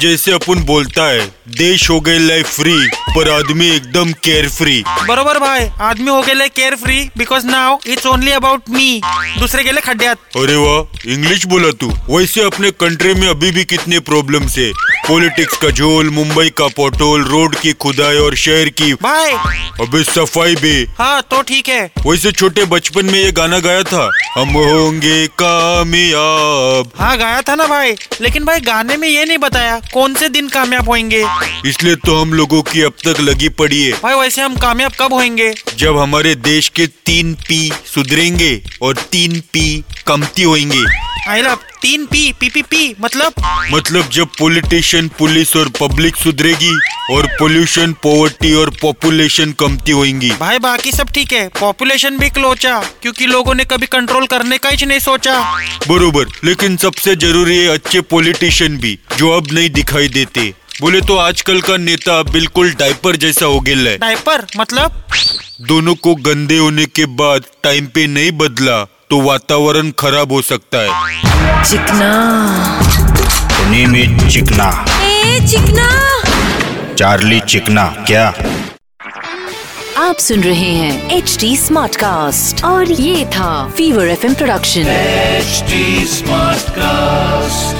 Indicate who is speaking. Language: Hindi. Speaker 1: जैसे अपन बोलता है देश हो गए लाइफ फ्री पर आदमी एकदम केयर फ्री
Speaker 2: बरोबर भाई आदमी हो गेले care free because now it's only about me दुसरे गेले खड्ड्यात
Speaker 1: अरे वाह इंग्लिश बोला तू वैसे अपने कंट्री में अभी भी कितने प्रॉब्लम है पॉलिटिक्स का झोल मुंबई का पोटोल रोड की खुदाई और शहर की
Speaker 2: भाई
Speaker 1: अबे सफाई भी
Speaker 2: हाँ तो ठीक है
Speaker 1: वैसे छोटे बचपन में ये गाना गाया था हम होंगे कामयाब
Speaker 2: हाँ गाया था ना भाई लेकिन भाई गाने में ये नहीं बताया कौन से दिन कामयाब होंगे भाई
Speaker 1: इसलिए तो हम लोगों की अब तक लगी पड़ी है
Speaker 2: वैसे हम कामयाब कब होंगे
Speaker 1: जब हमारे देश के तीन पी सुधरेंगे और तीन पी कमती होंगे
Speaker 2: आई लव तीन पी पी पी पी मतलब
Speaker 1: मतलब जब पॉलिटिशियन पुलिस और पब्लिक सुधरेगी और पोल्यूशन पॉवर्टी और पॉपुलेशन कमती होंगी
Speaker 2: भाई बाकी सब ठीक है पॉपुलेशन भी क्लोचा क्योंकि लोगों ने कभी कंट्रोल करने का ही नहीं सोचा
Speaker 1: बरोबर लेकिन सबसे जरूरी है अच्छे पॉलिटिशियन भी जो अब नहीं दिखाई देते बोले तो आजकल का नेता बिल्कुल डायपर जैसा हो गया है
Speaker 2: डायपर मतलब
Speaker 1: दोनों को गंदे होने के बाद टाइम पे नहीं बदला तो वातावरण खराब हो सकता है
Speaker 3: Chikna
Speaker 4: the name is Chikna
Speaker 3: a Chikna
Speaker 4: Charlie Chikna क्या
Speaker 3: आप सुन रहे हैं एच डी स्मार्ट कास्ट और ये था fever F production
Speaker 5: HD Smartcast.